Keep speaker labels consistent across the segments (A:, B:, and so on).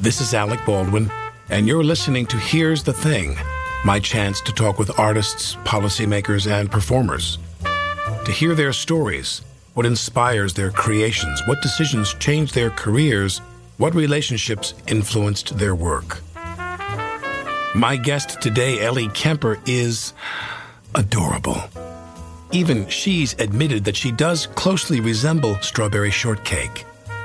A: This is Alec Baldwin, and you're listening to Here's the Thing, my chance to talk with artists, policymakers, and performers. To hear their stories, what inspires their creations, what decisions change their careers, what relationships influenced their work? My guest today, Ellie Kemper, is adorable. Even she's admitted that she does closely resemble strawberry shortcake.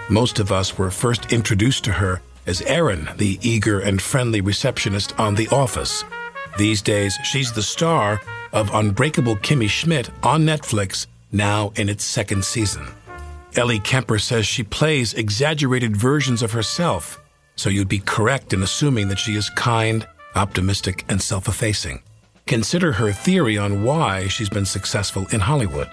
A: Most of us were first introduced to her as Erin, the eager and friendly receptionist on The Office. These days, she's the star of Unbreakable Kimmy Schmidt on Netflix, now in its second season. Ellie Kemper says she plays exaggerated versions of herself, so you'd be correct in assuming that she is kind, optimistic, and self effacing. Consider her theory on why she's been successful in Hollywood.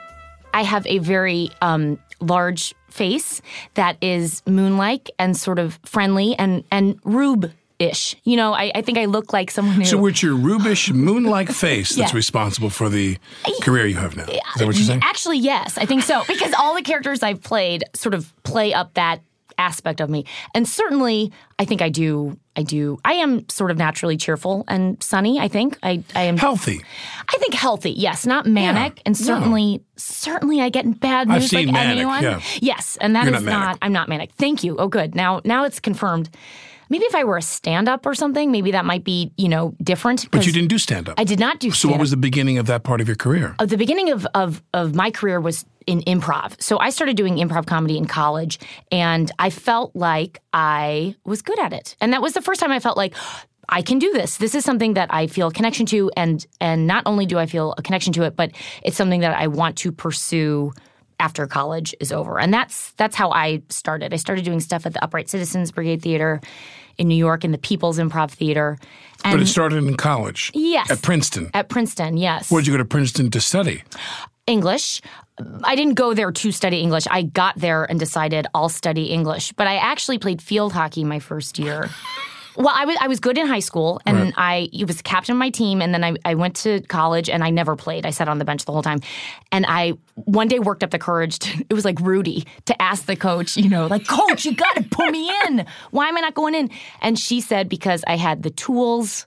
B: I have a very um, large face that is moon like and sort of friendly and, and rube ish. You know, I, I think I look like someone who.
A: So it's your rubish, moon-like face that's
B: Yeah.
A: responsible for the career you have now. Is that what you're saying?
B: Actually, yes, I think so because all the characters I've played sort of play up that aspect of me, and certainly I think I do. I do. I am sort of naturally cheerful and sunny. I think I. I am.
A: Healthy.
B: I think healthy. Yes, not manic, and
A: no.
B: certainly, certainly I get in bad
A: I've
B: moods like
A: seen manic,
B: anyone.
A: yeah.
B: Yes, and that
A: You're
B: is
A: not manic.
B: I'm not manic. Thank you. Oh, good. Now, now it's confirmed. Maybe if I were a stand-up or something, maybe that might be you know different.
A: But you
B: 'cause
A: didn't do stand up.
B: I did not
A: So,
B: do.
A: what
B: stand-up.
A: was the beginning of that part of your career?
B: Uh, the beginning of, of of my career was in improv. So I started doing improv comedy in college and I felt like I was good at it. And that was the first time I felt like I can do this. This is something that I feel a connection to and and not only do I feel a connection to it, but it's something that I want to pursue after college is over. And that's that's how I started. I started doing stuff at the Upright Citizens Brigade Theater in New York and the People's Improv Theater. And
A: But it started in college.
B: Um, Yes.
A: At Princeton.
B: at Princeton, yes.
A: Where'd you go to Princeton to study?
B: English. I didn't go there to study English. I got there and decided I'll study English. But I actually played field hockey my first year. Well, I was I was good in high school, and I I was the captain of my team, and then I, I went to college, and I never played. I sat on the bench the whole time, and I one day worked up the courage. To, it was like Rudy to ask the coach, you know, like coach, you got to put me in. Why am I not going in? And she said because I had the tools,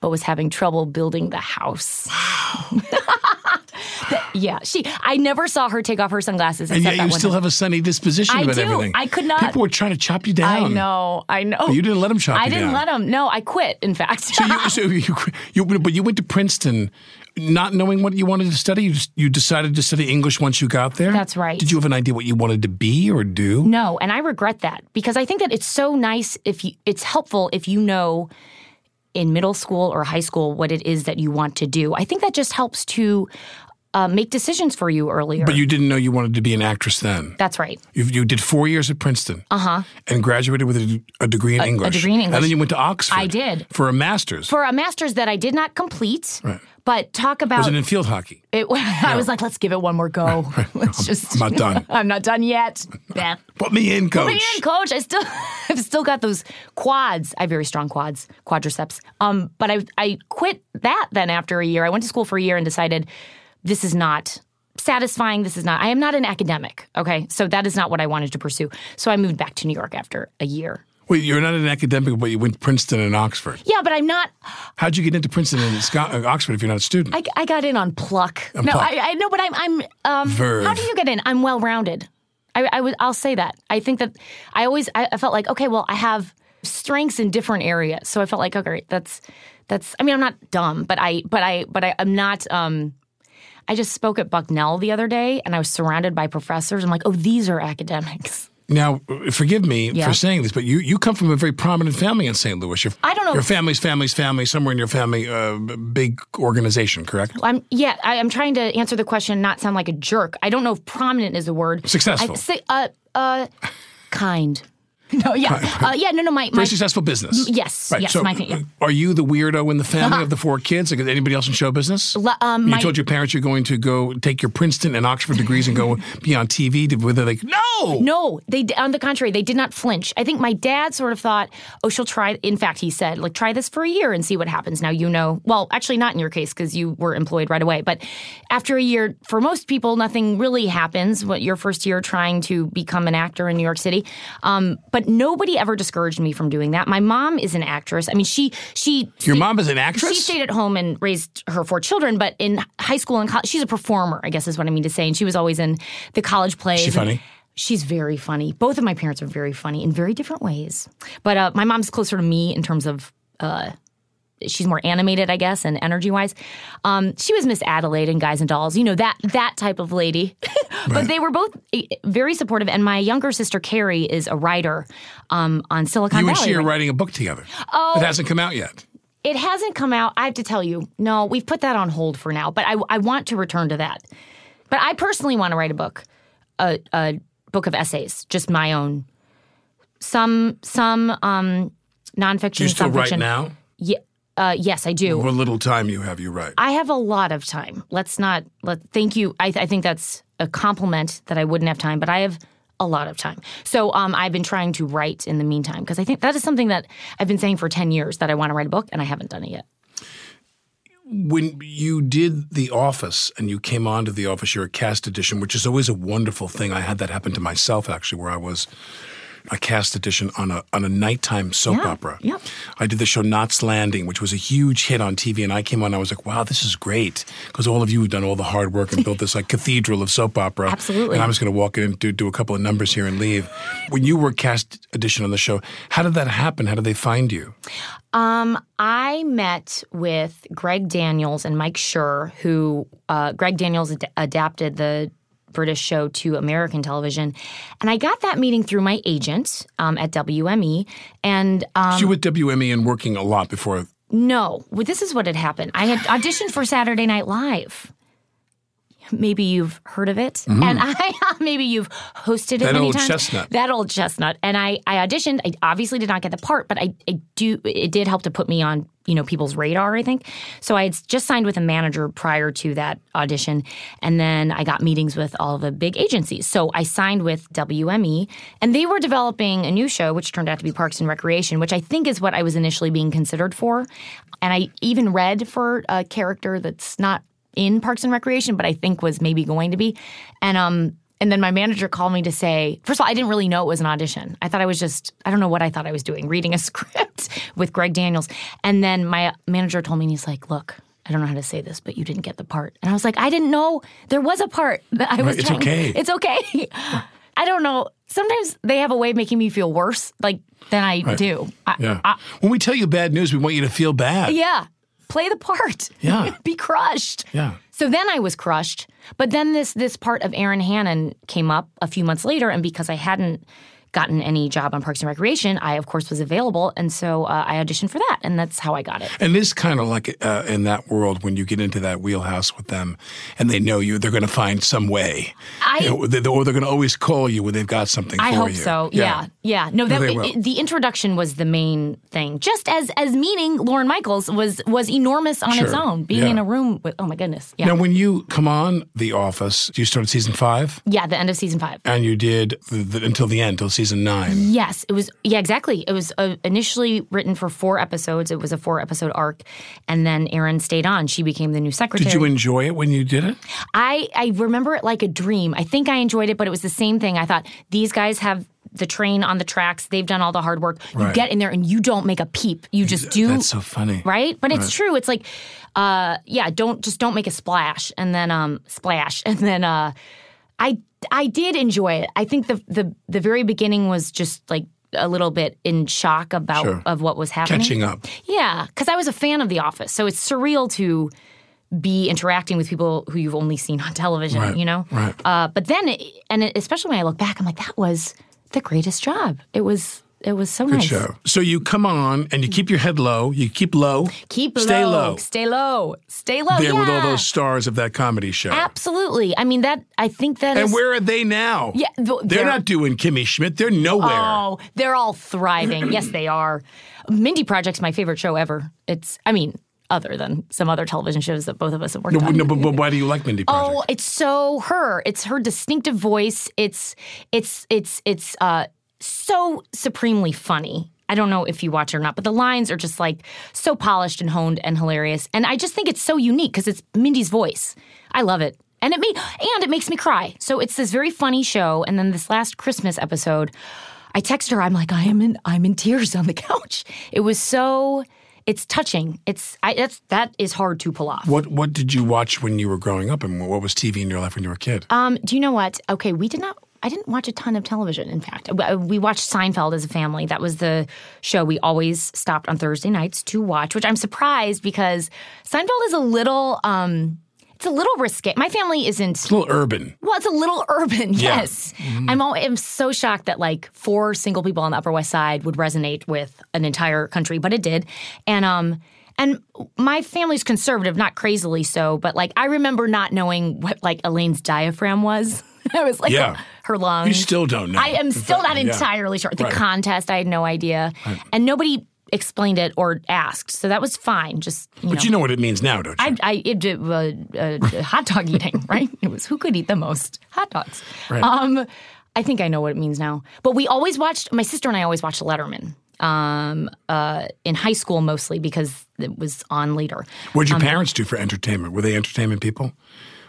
B: but was having trouble building the house. yeah, she. I never saw her take off her sunglasses.
A: And yet
B: except that
A: you
B: one
A: still
B: time.
A: have a sunny disposition
B: I
A: about
B: do.
A: everything.
B: I could not-
A: People were trying to chop you down.
B: I know. I know.
A: Oh, You didn't let 'em chop
B: I
A: you
B: didn't
A: down.
B: let him. No, I quit. In fact.
A: So you, so you, you, but you went to Princeton, not knowing what you wanted to study. You, just- you decided to study English once you got there.
B: That's right.
A: Did you have an idea what you wanted to be or do?
B: No, and I regret that because I think that it's so nice if you it's helpful if you know in middle school or high school what it is that you want to do. I think that just helps to uh, make decisions for you earlier.
A: But you didn't know you wanted to be an actress then.
B: That's right.
A: You, you did four years at Princeton. Uh huh. And graduated with a, a degree in English.
B: Uh-huh. degree in
A: And then
B: English.
A: you went to Oxford.
B: I did.
A: For a master's.
B: For a master's that I did not complete,
A: Right.
B: but talk
A: was
B: about
A: it
B: it,
A: in field hockey?
B: I was like, let's give it one more go. Let's just.
A: I'm not done.
B: I'm not done yet. yeah.
A: Put me in, coach.
B: Put me in, coach. I still, I've still got those quads. I have very strong quads, quadriceps. Um, but I, I quit that then after a year. I went to school for a year and decided this is not satisfying. This is not. I am not an academic. Okay, so that is not what I wanted to pursue. So I moved back to New York after a year.
A: Wait, you're not an academic, but you went to Princeton and Oxford.
B: Yeah, but I'm not.
A: How'd you get into Princeton and Sco- uh, Oxford if you're not a student?
B: I, I got in on pluck. no,
A: pluck.
B: I, I no, but I'm. I'm. Um,
A: Verve.
B: How do you get in? I'm well rounded. I, I would. I'll say that. I think that I always. I, I felt like okay. Well, I have strengths in different areas, so I felt like okay. great, That's that's. I mean, I'm not dumb, but I. But I. But I. I'm not. Um, I just spoke at Bucknell the other day, and I was surrounded by professors. I'm like, oh, these are academics.
A: Now, forgive me
B: Yeah.
A: for saying this, but you, you come from a very prominent family in St. Louis. Your,
B: I don't know.
A: Your family's family's family, somewhere in your family, uh, b- big organization, correct?
B: I'm yeah. I, I'm trying to answer the question, and not sound like a jerk. I don't know if prominent is the word.
A: Successful.
B: I say uh uh kind. No, yeah, uh, yeah, no, no. My my
A: Very successful business.
B: Mm, yes,
A: Right,
B: yes.
A: so,
B: my yeah.
A: Are you the weirdo in the family of the four kids? Like, Anybody else in show business?
B: Le- um,
A: you
B: my-
A: told your parents you're going to go take your Princeton and Oxford degrees and go be on TV. To, where they're like, no,
B: No, they d- on the contrary, they did not flinch. I think my dad sort of thought, "Oh, she'll try." In fact, he said, "Like try this for a year and see what happens." Now you know. Well, actually, not in your case because you were employed right away. But after a year, for most people, nothing really happens. What your first year trying to become an actor in New York City, um, but nobody ever discouraged me from doing that. My mom is an actress. I mean, she she
A: Your mom is an
B: she
A: actress.
B: stayed at home and raised her four children, but in high school and college, she's a performer, I guess is what I mean to say. And she was always in the college plays.
A: she funny?
B: She's very funny. Both of my parents are very funny in very different ways. But uh, my mom's closer to me in terms of uh, she's more animated, I guess, and energy wise. Um, she was Miss Adelaide in Guys and Dolls, you know that that type of lady. But they were both eh, very supportive. And my younger sister Carrie is a writer um, on Silicon
A: You and
B: Valley.
A: she are
B: right
A: writing a book together. Oh, it hasn't come out yet.
B: it hasn't come out. I have to tell you, no, we've put that on hold for now. But I, I want to return to that. But I personally want to write a book, a, a book of essays, just my own. Some some um, nonfiction.
A: Do you still
B: some
A: write
B: fiction.
A: now?
B: Ye- uh, yes, I do.
A: What little time you have, you write.
B: I have a lot of time. Let's not let. Thank you. I, I think that's a compliment that I wouldn't have time, but I have a lot of time. So um, I've been trying to write in the meantime because I think that is something that I've been saying for ten years that I want to write a book and I haven't done it yet.
A: when you did The Office and you came onto The Office, you're a cast edition, which is always a wonderful thing. I had that happen to myself actually, where I was a cast edition on a on a nighttime soap
B: Yeah,
A: opera.
B: yeah.
A: I did the show Knots Landing, which was a huge hit on TV, and I came on. I was like, "Wow, this is great!" Because all of you have done all the hard work and built this like cathedral of soap opera.
B: Absolutely.
A: And I'm just going to walk in and do, do a couple of numbers here and leave. When you were cast edition on the show, how did that happen? How did they find you?
B: Um, I met with Greg Daniels and Mike Schur, who uh, Greg Daniels ad- adapted the British show to American television, and I got that meeting through my agent um, at WME. And um,
A: So you were with WME E and working a lot before
B: no, well, this is what had happened. I had auditioned for Saturday Night Live. Maybe you've heard of it, and I maybe you've hosted it
A: Mm-hmm. That
B: many
A: old
B: times.
A: chestnut.
B: That old chestnut. And I, I auditioned. I obviously did not get the part, but I, I do. It did help to put me on you know people's radar. I think so. I had just signed with a manager prior to that audition, and then I got meetings with all the big agencies. So I signed with WME, and they were developing a new show, which turned out to be Parks and Recreation, which I think is what I was initially being considered for. And I even read for a character that's not in Parks and Recreation, but I think was maybe going to be. And um and then my manager called me to say, first of all, I didn't really know it was an audition. I thought I was just, I don't know what I thought I was doing, reading a script with Greg Daniels. And then my manager told me, and he's like, look, I don't know how to say this, but you didn't get the part. And I was like, I didn't know there was a part that I was
A: Right, it's
B: trying-
A: okay.
B: It's okay. I don't know. Sometimes they have a way of making me feel worse like than I do. I,
A: Yeah.
B: I-
A: when we tell you bad news, we want you to feel bad.
B: yeah. Play the part.
A: Yeah.
B: Be crushed.
A: Yeah.
B: So then I was crushed. But then this this part of Aaron Hannon came up a few months later, and because I hadn't gotten any job on Parks and Recreation, I of course was available, and so uh, I auditioned for that, and that's how I got it.
A: And it's kind of like uh, in that world when you get into that wheelhouse with them and they know you, they're going to find some way.
B: I-
A: You know, they- or they're going to always call you when they've got something
B: I
A: for
B: hope
A: you.
B: so. Yeah, yeah. No, that
A: they will.
B: it- the introduction was the main thing. Just as as meaning Lauren Michaels was was enormous on its
A: Sure.
B: own, being
A: Yeah.
B: in a room with oh my goodness, yeah,
A: Now, when you come on The Office, you started season five
B: yeah. The end of season five.
A: and you did the, the, until the end, till season nine.
B: Yes, it was. Yeah, exactly. It was uh, initially written for four episodes. It was a four episode arc, and then Erin stayed on. She became the new secretary.
A: Did you enjoy it when you did it?
B: I I remember it like a dream. I think I enjoyed it, but it was the same thing. I thought these guys have the train on the tracks. They've done all the hard work. You
A: Right.
B: get in there and you don't make a peep. You just do
A: That's so funny.
B: right? But it's true. It's like, uh, yeah, don't just don't make a splash and then um splash and then uh, I I did enjoy it. I think the the the very beginning was just like a little bit in shock about
A: Sure.
B: of what was happening.
A: Catching up.
B: Yeah, because I was a fan of The Office, so it's surreal to be interacting with people who you've only seen on television.
A: Right,
B: You know,
A: right.
B: Uh, but then, it, and it, especially when I look back, I'm like, that was the greatest job. It was. It was so
A: Good
B: nice.
A: show. So you come on and you keep your head low. You keep low.
B: Keep
A: Stay
B: low,
A: low.
B: Stay low. Stay low.
A: there
B: Oh, yeah.
A: with all those stars of that comedy show.
B: Absolutely. I mean that. I think that
A: And
B: is-
A: where are they now?
B: Yeah, th-
A: they're
B: they're-
A: not doing Kimmy Schmidt. They're nowhere.
B: Oh, they're all thriving. yes, they are. Mindy Project's my favorite show ever. It's, I mean, other than some other television shows that both of us have worked
A: No,
B: on.
A: no, but, but why do you like Mindy Project?
B: Oh, it's so her. It's her distinctive voice. It's it's it's it's uh so supremely funny. I don't know if you watch it or not, but the lines are just like so polished and honed and hilarious. And I just think it's so unique because it's Mindy's voice. I love it. And it made and it makes me cry. So it's this very funny show. And then this last Christmas episode, I text her, I'm like, I am in I'm in tears on the couch. It was so it's touching. It's I that's that is hard to pull off.
A: What What did you watch when you were growing up, and what was TV in your life when you were a kid?
B: Um, do you know what? Okay, we did not. I didn't watch a ton of television. In fact, Uh, we watched Seinfeld as a family. That was the show we always stopped on Thursday nights to watch. Which I'm surprised because Seinfeld is a little. Um, it's a little risque. My family isn't.
A: it's a little urban.
B: Well, it's a little urban.
A: Yeah. Mm-hmm.
B: Yes, I'm. All, I'm so shocked that like four single people on the Upper West Side would resonate with an entire country, but it did. And um, and my family's conservative, not crazily so, but like I remember not knowing what like Elaine's diaphragm was. I was like,
A: Yeah.
B: her lungs.
A: You still don't know.
B: I am
A: In
B: still
A: fact,
B: not
A: yeah.
B: entirely sure. The
A: Right.
B: contest, I had no idea, and nobody explained it or asked, so that was fine. Just you know.
A: But you know what it means now, don't you?
B: I, I it, it, uh, uh, hot dog eating, right? It was who could eat the most hot dogs.
A: Right.
B: Um, I think I know what it means now. But we always watched. My sister and I always watched Letterman. Um, uh, in high school mostly because it was on later.
A: What did your parents do for entertainment? Were they entertainment people?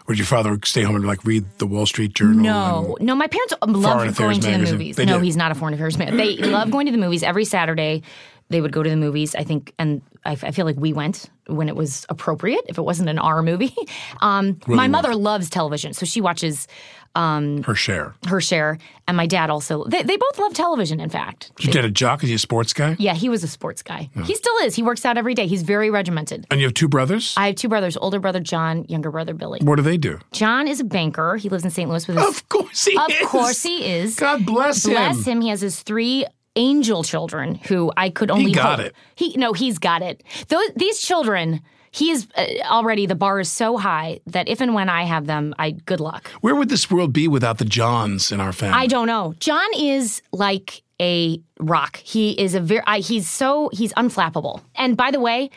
A: Or did your father stay home and like read the Wall Street Journal?
B: No, no. My parents
A: Foreign
B: love
A: Affairs
B: going to the
A: magazine.
B: movies.
A: They
B: no,
A: did.
B: he's not a foreign affairs man. They love going to the movies every Saturday. They would go to the movies. I think, and I, I feel like we went when it was appropriate. If it wasn't an R movie, um, my mother loves television, so she watches um,
A: and her share.
B: her share, and my dad also. They, they both love television. In fact,
A: Did you get a jock? Is he a sports guy?
B: yeah, he was a sports guy. He still is. He works out every day. He's very regimented.
A: And you have two brothers?
B: I have two brothers: older brother John, younger brother Billy.
A: what do they do?
B: John is a banker. He lives in St. Louis with his.
A: Of course he
B: Of
A: is.
B: course, he is.
A: God bless,
B: Bless him. He has his three angel children who I could only
A: got
B: hope-
A: it.
B: He no, he's got it. Those these children. He is uh, already the bar is so high that if and when I have them, I good luck.
A: Where would this world be without the Johns in our family?
B: I don't know. John is like a rock. He is a very. I, he's so he's unflappable. And by the way,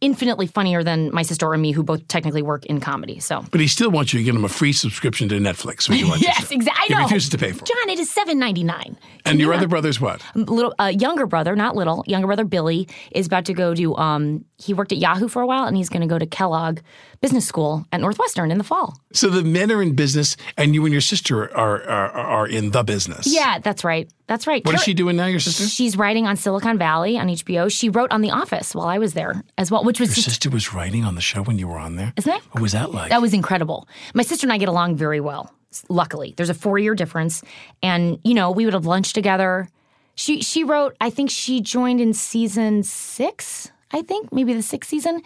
B: infinitely funnier than my sister and me, who both technically work in comedy. So
A: But he still wants you to give him a free subscription to Netflix when you watch the
B: yes,
A: show.
B: exactly.
A: He refuses to pay for it.
B: John, it is seven ninety nine.
A: And your other brother's what?
B: little uh, younger brother, not little, younger brother Billy is about to go to. Um, he worked at Yahoo for a while, and he's going to go to Kellogg Business School at Northwestern in the fall.
A: So the men are in business, and you and your sister are are, are in the business.
B: Yeah, that's right. That's right.
A: What is
B: Car-
A: she doing now, your sister?
B: She's writing on Silicon Valley on HBO. She wrote on The Office while I was there as well, which was
A: your sister was writing on the show when you were on there.
B: Isn't it?
A: What was that like?
B: that was incredible. My sister and I get along very well. s- Luckily, there's a four year difference, and you know we would have lunch together. She she wrote. I think she joined in season six. I think maybe the sixth season,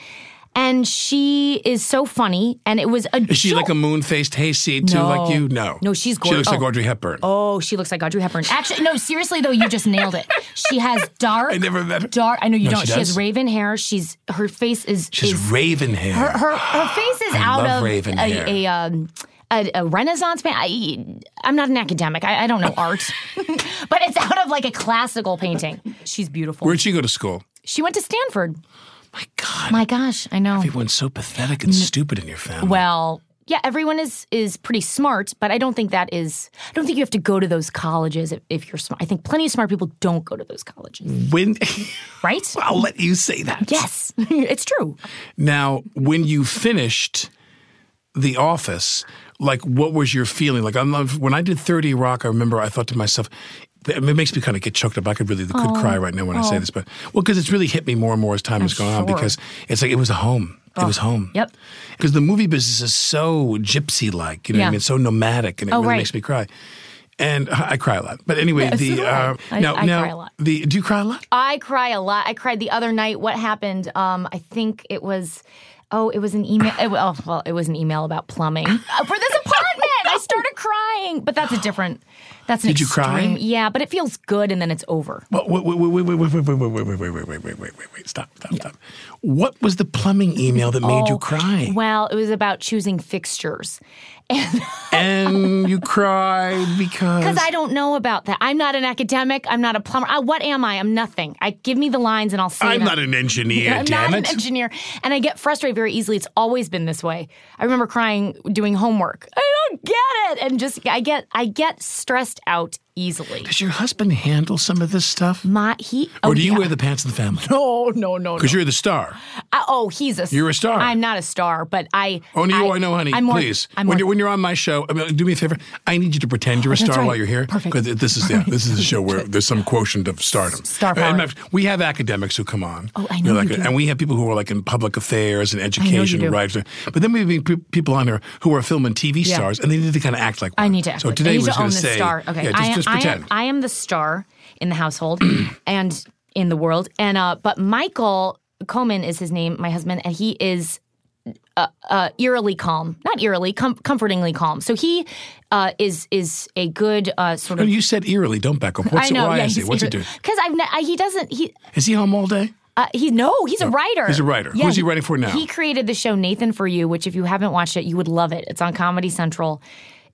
B: and she is so funny. And it was a
A: is she like a moon faced hayseed too, like you? No.
B: No,
A: She
B: she's
A: looks
B: gorgeous.
A: like
B: Oh.
A: Audrey Hepburn.
B: oh she looks like Audrey Hepburn. Actually, no, seriously though, you just nailed it. She has dark.
A: I never met her.
B: dark. I know you
A: No,
B: don't.
A: she
B: She, has
A: does.
B: raven hair. She's her face is
A: She's
B: is
A: raven hair.
B: her her, her face is
A: I
B: out
A: love
B: of
A: raven
B: a,
A: hair.
B: a, um, a, a Renaissance man. I, I'm not an academic. I, I don't know art, but it's out of like a classical painting. She's beautiful.
A: Where'd she go to school?
B: she went to Stanford.
A: My God,
B: My gosh, I know.
A: everyone's so pathetic and stupid in your family.
B: Well, yeah, everyone is is pretty smart, but I don't think that is. I don't think you have to go to those colleges if, if you're smart. I think plenty of smart people don't go to those colleges,
A: when
B: right?
A: I'll let you say that.
B: Yes, it's true.
A: Now, when you finished The Office, like what was your feeling? Like I'm when I did 30 Rock, I remember I thought to myself, it makes me kind of get choked up. I could really could cry right now when I say this, but well, because it's really hit me more and more as time has gone on
B: sure.
A: because it's like it was a home. It was home.
B: Yep.
A: Because the movie business is so gypsy like, you know what I
B: Yeah.
A: mean? It's so nomadic and it
B: Oh,
A: really
B: right.
A: makes me cry. And I I cry a lot. But anyway,
B: Yeah, so
A: the
B: do I.
A: uh,
B: I-
A: now,
B: I
A: now
B: cry a lot.
A: the do you cry a lot?
B: I cry a lot. I cried the other night. What happened? Um, I think it was. Oh, it was an email. It, oh, well, it was an email about plumbing Uh, for this apartment. I started crying, but that's a different. That's an
A: Did you cry?
B: extreme- Yeah, but it feels good, and then it's over.
A: Well, wait, wait, wait, wait, wait, wait, wait, wait, wait, wait, wait, wait, wait, wait, wait, wait, wait, stop, stop, stop. What was the plumbing email that made you cry?
B: Oh, Well, it was about choosing fixtures, and
A: and you cried because
B: because I don't know about that. I'm not an academic. I'm not a plumber. I, what am I? I'm nothing. I give me the lines, and I'll say.
A: I'm
B: them.
A: not an engineer,
B: I'm
A: damn
B: not
A: it.
B: an engineer, and I get frustrated very easily. It's always been this way. I remember crying doing homework. I don't get it, and just I get I get stressed out easily.
A: Does your husband handle some of this stuff?
B: My he oh,
A: Or do you
B: yeah.
A: wear the pants in the family?
B: no no no no.
A: Because you're the star.
B: I- oh, he's a
A: You're a star.
B: I'm not a star, but I
A: Only Oh, you I know, honey.
B: I'm more,
A: please, when
B: I'm more-
A: you're when you're on my show, I mean, do me a favor. I need you to pretend you're a
B: that's
A: star
B: right.
A: while you're here.
B: Perfect.
A: 'cause This is yeah, this is a show where there's some quotient of stardom.
B: Star
A: Uh, and
B: power.
A: we have academics who come on.
B: Oh, I
A: You
B: know
A: like,
B: you do.
A: And we have people who are like in public affairs and
B: you
A: education,
B: do.
A: right? But then we have pe- people on here who are film and TV
B: Yeah.
A: stars, and they need to kind of act like.
B: I
A: one.
B: need to act
A: So
B: like-
A: today
B: I need
A: we're just
B: to
A: gonna
B: own the
A: say,
B: star. Okay,
A: yeah, just,
B: I, am,
A: just
B: I am-
A: pretend.
B: I am the star in the household and in the world, and uh, but Michael Coman is his name, my husband, and he is. Uh, uh, eerily calm, not eerily, com- comfortingly calm. So he uh, is is a good uh, sort
A: No,
B: of.
A: you said eerily. Don't back up. What's
B: I know.
A: it? Why
B: yeah,
A: is it? What's it do?
B: Because I've ne- I, he doesn't he
A: Is he home all day?
B: uh, he no, he's a writer.
A: Oh, he's a writer. Who's he writing for now?
B: He created the show Nathan for You, which if you haven't watched it, you would love it. It's on Comedy Central.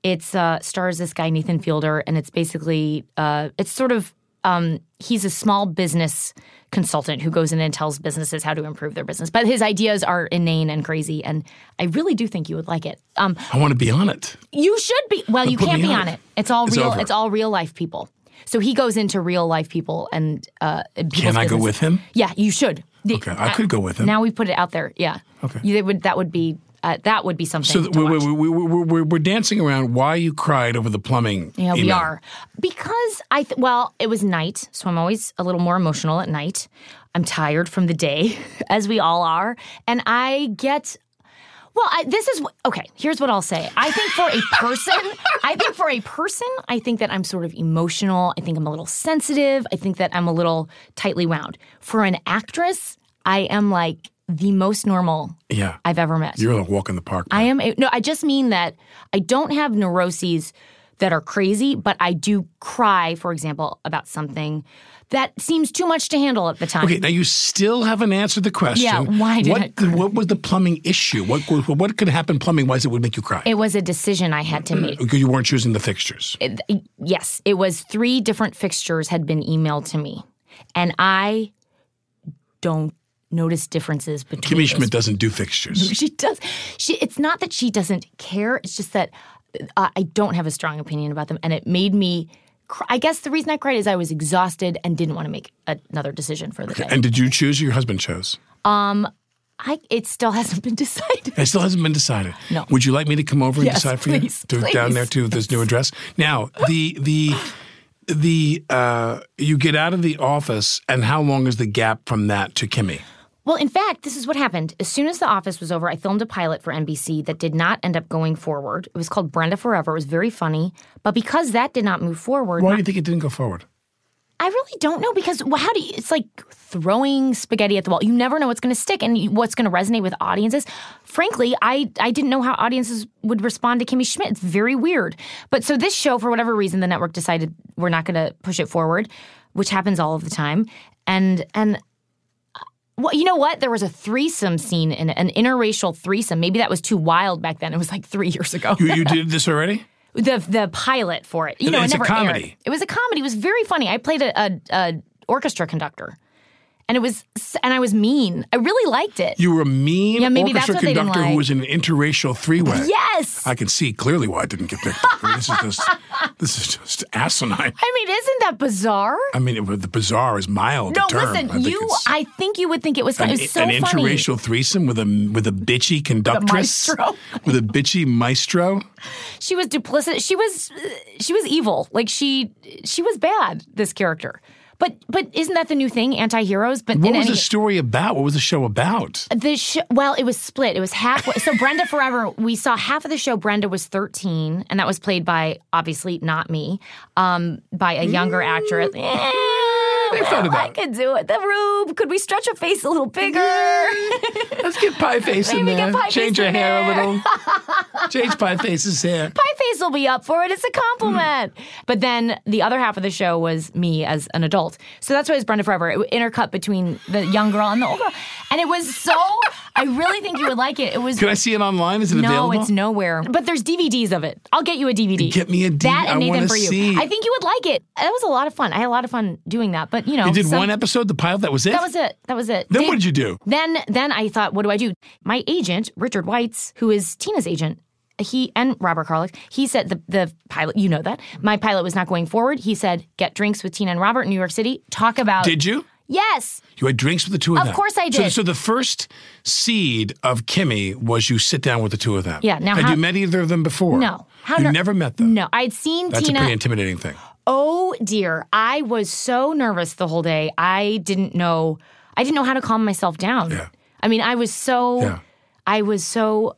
B: It's uh, stars this guy Nathan Fielder, and it's basically uh, it's sort of um, he's a small business consultant who goes in and tells businesses how to improve their business. But his ideas are inane and crazy, and I really do think you would like it. Um,
A: I want to be on it.
B: you should be. Well, you
A: put
B: can't
A: me
B: be
A: on
B: on
A: it.
B: it. It's all
A: It's
B: real.
A: over.
B: It's all real life people. So he goes into real life people and uh, people's
A: Can I go
B: businesses.
A: with him?
B: Yeah, you should. The-
A: Okay, I could go with him.
B: Now we put it out there. Yeah.
A: Okay.
B: You, that would that would be uh, that would be something.
A: So
B: to
A: th- we, we,
B: watch.
A: we, we, we, we're, we're dancing around why you cried over the plumbing.
B: Yeah, we
A: email.
B: are because I th- well, it was night, so I'm always a little more emotional at night. I'm tired from the day, as we all are, and I get. Well, I, this is wh- okay. Here's what I'll say. I think for a person, I think for a person, I think that I'm sort of emotional. I think I'm a little sensitive. I think that I'm a little tightly wound. For an actress, I am like the most normal
A: Yeah.
B: I've ever met.
A: You're like walk in the park.
B: I am a, no, I just mean that I don't have neuroses that are crazy, but I do cry, for example, about something that seems too much to handle at the time.
A: Okay, now you still haven't answered the question.
B: Yeah, why did
A: what,
B: I
A: the- what was the plumbing issue? What was- what could happen plumbing wise that would make you cry?
B: It was a decision I had to make.
A: Because you weren't choosing the fixtures.
B: It- yes, it was three different fixtures had been emailed to me, and I don't notice differences between.
A: Kimmy
B: those
A: Schmidt doesn't do fixtures.
B: she does she it's not that she doesn't care it's just that uh, i don't have a strong opinion about them and it made me cry. i guess the reason i cried is i was exhausted and didn't want to make another decision for the day
A: And did you choose or your husband chose?
B: I, it still hasn't been decided
A: It still hasn't been decided.
B: No.
A: Would you like me to come over and
B: Yes,
A: decide for
B: please,
A: you? To-
B: please.
A: Down there to this new address. Now, the the the uh, you get out of the office and how long is the gap from that to Kimmy?
B: well in fact this is what happened as soon as the office was over i filmed a pilot for nbc that did not end up going forward it was called brenda forever it was very funny but because that did not move forward
A: Why do you think it didn't go forward?
B: I really don't know because well, how do you? It's like throwing spaghetti at the wall. You never know what's going to stick and you- what's going to resonate with audiences. Frankly, I I didn't know how audiences would respond to Kimmy Schmidt. It's very weird. But so this show, for whatever reason, the network decided we're not going to push it forward, which happens all of the time. And and uh, well, you know what? There was a threesome scene in it, an interracial threesome. Maybe that was too wild back then. It was like three years ago
A: You, you did this already?
B: the the pilot for it. You know,
A: It's a
B: it never
A: comedy.
B: Aired. It was a comedy. It was very funny. I played a, a, a orchestra conductor, and it was and I was mean. I really liked it.
A: You were a mean
B: Yeah, maybe that's
A: orchestra
B: what they didn't
A: conductor who
B: like.
A: was in an interracial three-way.
B: yes.
A: I can see clearly why I didn't get picked. I mean, this is just this is just asinine.
B: I mean, isn't that bizarre?
A: I mean, it, was- the bizarre is mild.
B: No,
A: a term.
B: listen,
A: I think
B: you.
A: it's
B: I think you would think it was funny.
A: an,
B: It was so
A: an
B: funny.
A: interracial threesome with a with a bitchy conductress,
B: maestro.
A: with a bitchy maestro.
B: She was duplicitous. She was she was evil. Like she she was bad. This character. But but isn't that the new thing? Anti-heroes. But
A: What
B: in
A: was
B: any,
A: the story about? What was the show about?
B: the sh- well, it was split. It was halfway. So Brenda Forever, we saw half of the show. Brenda was thirteen, and that was played by obviously not me, um, by a younger actress.
A: They've thought
B: I
A: about it.
B: could do it. The room. Could we stretch a face a little bigger?
A: Let's get Pie Face in
B: Maybe
A: there.
B: get Pie Face
A: Change her
B: in
A: hair
B: there.
A: a little. Change Pie Face's hair.
B: my face will be up for it. It's a compliment. But then the other half of the show was me as an adult. So that's why it was Brenda Forever. It was intercut between the young girl and the old girl. And it was so, I really think you would like it. It was.
A: Could I see it online? Is it
B: no,
A: available?
B: it's nowhere. But there's DVDs of it. I'll get you a DVD.
A: Get me a D-
B: That
A: I
B: and Nathan
A: wanna
B: for you.
A: see.
B: I think you would like it. That was a lot of fun. I had a lot of fun doing that. But you know,
A: You did
B: some-
A: one episode, the pilot. That was it.
B: That was it. That was it.
A: Then what did you do?
B: Then then I thought, what do I do? My agent, Richard Weitz, who is Tina's agent, he and Robert Carlick, he said the the pilot, you know that. My pilot was not going forward. He said, get drinks with Tina and Robert in New York City. Talk about
A: Did you?
B: Yes.
A: You had drinks with the two of,
B: Of
A: them.
B: course I
A: So,
B: did.
A: so the first seed of Kimmy was you sit down with the two of them.
B: Yeah, now
A: Had
B: how-
A: you met either of them before?
B: No. How
A: you
B: ner-
A: never met them.
B: No. I'd seen
A: That's
B: Tina.
A: a pretty intimidating thing.
B: Oh dear, I was so nervous the whole day. I didn't know I didn't know how to calm myself down.
A: Yeah.
B: I mean, I was so
A: Yeah.
B: I was so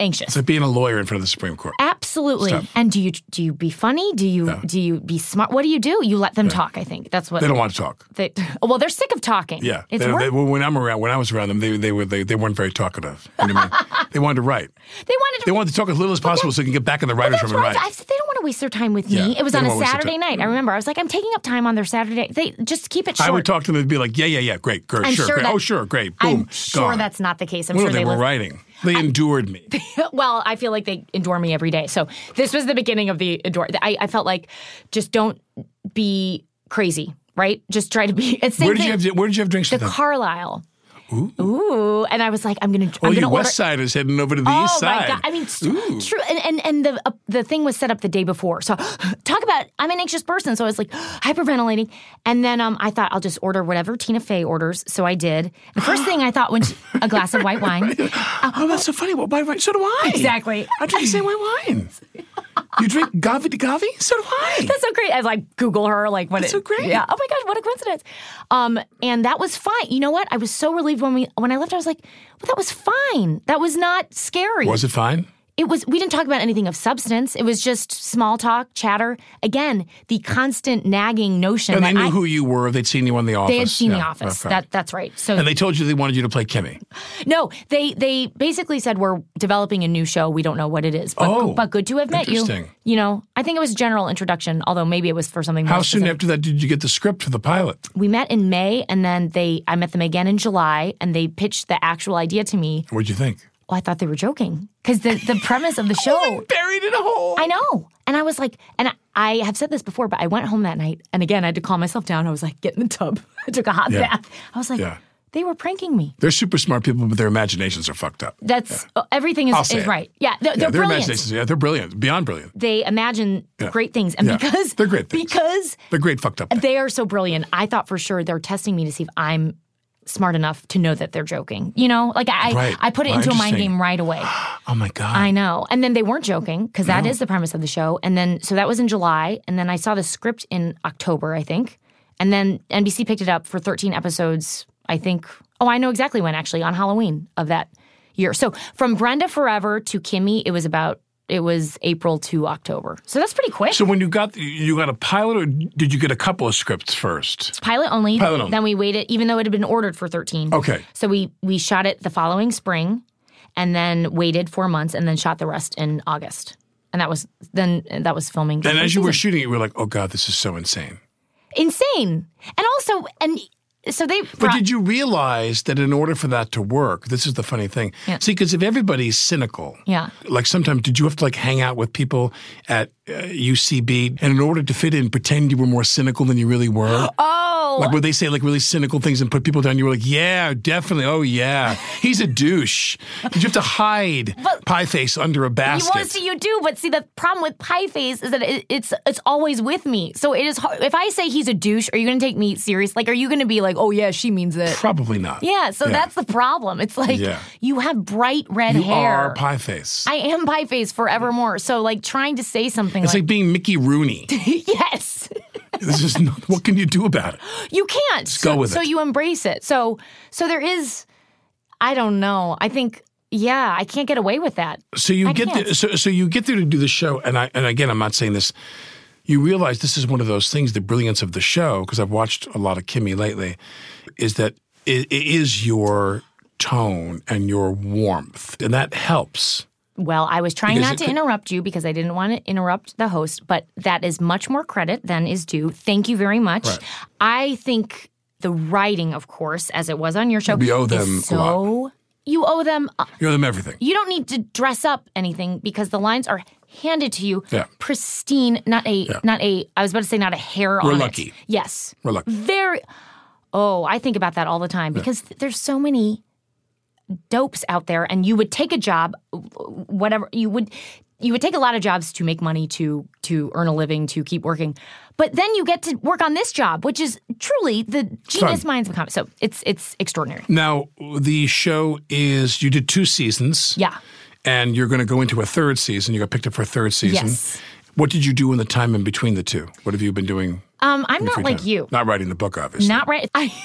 B: anxious.
A: Like being a lawyer in front of the Supreme Court.
B: Absolutely.
A: Stuff.
B: And do you do you be funny? Do you do you be smart? What do you do? You let them talk. I think that's what
A: They don't want to talk.
B: they- well, they're sick of talking.
A: Yeah.
B: it's
A: They-
B: work.
A: they- when I'm around, when I was around them, they, they were they, they weren't very talkative. You know what I mean? they wanted to write.
B: they wanted to.
A: They wanted to talk as little as possible so they can get back in the writers'
B: that's
A: room and
B: right.
A: write.
B: I said they don't want to waste their time with
A: Yeah,
B: me. It was
A: they
B: on a
A: don't wanna waste their
B: Saturday
A: time.
B: night. I remember. I was like, I'm taking up time on their Saturday. They just keep it short.
A: I would talk to them and be like, yeah, yeah, yeah, great, great,
B: I'm
A: sure,
B: sure
A: great.
B: that-
A: oh, sure, great, boom,
B: I'm sure
A: gone.
B: that's not the case. I'm
A: Well,
B: sure
A: they,
B: they,
A: were
B: live-
A: writing. They endured me.
B: well, I feel like they endure me every day. So this was the beginning of the endure. I, I felt like just don't be crazy, right? Just try to be. It's the same
A: Where did
B: thing.
A: you have Where did you have drinks
B: the
A: with them?
B: Carlisle. Ooh. and I was like, I'm gonna.
A: Oh,
B: I'm
A: you
B: gonna order.
A: West Siders heading over to the
B: oh
A: East Side.
B: my god! I mean, s- true. And and, and the uh, the thing was set up the day before. So talk about I'm an anxious person, so I was like hyperventilating. And then um, I thought I'll just order whatever Tina Fey orders. So I did. The first thing I thought when she, a glass of white wine.
A: Oh, that's so funny. Well, by right, so do I.
B: Exactly.
A: I drink the same white wine. You drink Gavi to Gavi? So do I.
B: That's so great. I like Google her, like what?
A: That's
B: it-
A: so great.
B: Yeah. Oh my gosh, what a coincidence. Um, and that was fine. You know what? I was so relieved when we when I left. I was like, well, that was fine. That was not scary.
A: Was it fine?
B: it was we didn't talk about anything of substance it was just small talk chatter again the constant nagging notion
A: And
B: that
A: they knew
B: I,
A: who you were. They'd seen you on The Office.
B: they had seen the
A: Yeah,
B: office
A: okay.
B: that that's right so
A: and they told you they wanted you to play Kimmy.
B: no they they basically said we're developing a new show we don't know what it is but,
A: Oh,
B: but good to have met you
A: interesting.
B: you know i think it was a general introduction although maybe it was for something more
A: How soon
B: specific.
A: after that did you get the script for the pilot?
B: we met in may and then they i met them again in july and they pitched the actual idea to me
A: What'd you think?
B: oh i thought they were joking because the, the premise of the show
A: Buried in a hole.
B: Oh, I know. And I was like, and I, I have said this before, but I went home that night. And again, I had to calm myself down. I was like, get in the tub. I took a hot
A: Yeah.
B: bath. I was like,
A: Yeah.
B: they were pranking me.
A: They're super smart people, but their imaginations are fucked up.
B: That's uh, everything is,
A: I'll say
B: is
A: it.
B: right. Yeah. They're,
A: yeah,
B: they're
A: their
B: brilliant.
A: imaginations, yeah, they're brilliant, beyond brilliant.
B: They imagine great things. And
A: Yeah.
B: because
A: They're great things.
B: because
A: They're great fucked up.
B: they are so brilliant, I thought for sure they're testing me to see if I'm smart enough to know that they're joking. You know, like I
A: Right.
B: I put it
A: Wow,
B: into a mind
A: interesting.
B: game right away.
A: oh my God.
B: I know. And then they weren't joking because that is the premise of the show. And then so that was in July, and then I saw the script in October, I think. And then NBC picked it up for 13 episodes. I think. Oh, I know exactly when actually on Halloween of that year. So from Brenda Forever to Kimmy, it was about it was April to October. So that's pretty quick.
A: so when you got you got a pilot, or did you get a couple of scripts first?
B: pilot only.
A: Pilot only.
B: Then we waited, even though it had been ordered for 13.
A: Okay.
B: So we we shot it the following spring, and then waited four months, and then shot the rest in August. And that was then that was filming.
A: And as you were shooting it, you were like, "Oh God, this is so insane."
B: insane, and also and so they.
A: But
B: brought-
A: did you realize that in order for that to work, this is the funny thing. See, 'cause See, because if everybody's cynical,
B: Yeah.
A: like sometimes did you have to like hang out with people at uh, UCB and in order to fit in, pretend you were more cynical than you really were?
B: oh,
A: Like would they say like really cynical things and put people down? You were like, yeah, definitely. Oh yeah, he's a douche. Did you have to hide
B: But-
A: pie face under a
B: He
A: basket?
B: wants to you do, but see the problem with pie face is that it, it's it's always with me. So it is hard. If I say he's a douche, are you going to take me serious? Like, are you going to be like, oh yeah, she means it?
A: Probably not.
B: Yeah. So that's the problem. It's like
A: Yeah.
B: you have bright red
A: you
B: hair.
A: are pie face.
B: I am pie face forevermore. So like trying to say something
A: it's
B: like,
A: like being Mickey Rooney.
B: yes.
A: this is not, what can you do about it?
B: You can't. Just
A: go
B: so,
A: with
B: so
A: it.
B: you embrace it. So so there is I don't know. I think yeah, I can't get away with that.
A: So you
B: I
A: get
B: can't.
A: there, so so you get there to do the show, and I and again, I'm not saying this. You realize this is one of those things. The brilliance of the show, because I've watched a lot of Kimmy lately, is that it, it is your tone and your warmth, and that helps.
B: Well, I was trying
A: Because
B: not
A: it
B: to
A: could-
B: interrupt you because I didn't want to interrupt the host, but that is much more credit than is due. Thank you very much.
A: Right.
B: I think the writing, of course, as it was on your show,
A: We owe
B: is
A: them a lot.
B: so you owe them. a-
A: You owe them everything.
B: You don't need to dress up anything because the lines are handed to you,
A: Yeah.
B: pristine. Not a not a. I was about to say not a hair
A: We're
B: on it.
A: lucky.
B: Yes,
A: We're lucky.
B: very oh i think about that all the time because th- there's so many dopes out there and you would take a job whatever you would you would take a lot of jobs to make money to to earn a living to keep working but then you get to work on this job which is truly the genius
A: Fun.
B: minds of comedy so it's it's extraordinary
A: Now the show is you did two seasons.
B: yeah
A: And you're going to go into a third season. You got picked up for a third season.
B: Yes.
A: What did you do in the time in between the two? What have you been doing?
B: um i'm
A: in your
B: not
A: free
B: like
A: time?
B: you
A: Not writing the book, obviously.
B: Not right. I,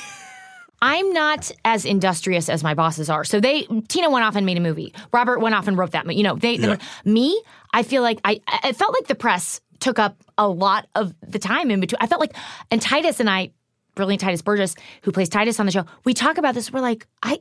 B: I'm not as industrious as my bosses are. So they, Tina went off and made a movie. Robert went off and wrote that. mo- You know, they, they
A: Yeah.
B: went- me. I feel like I, I it felt like the press took up a lot of the time in between. I felt like, and Titus and I, brilliant Titus Burgess, who plays Titus on the show, we talk about this. We're like, I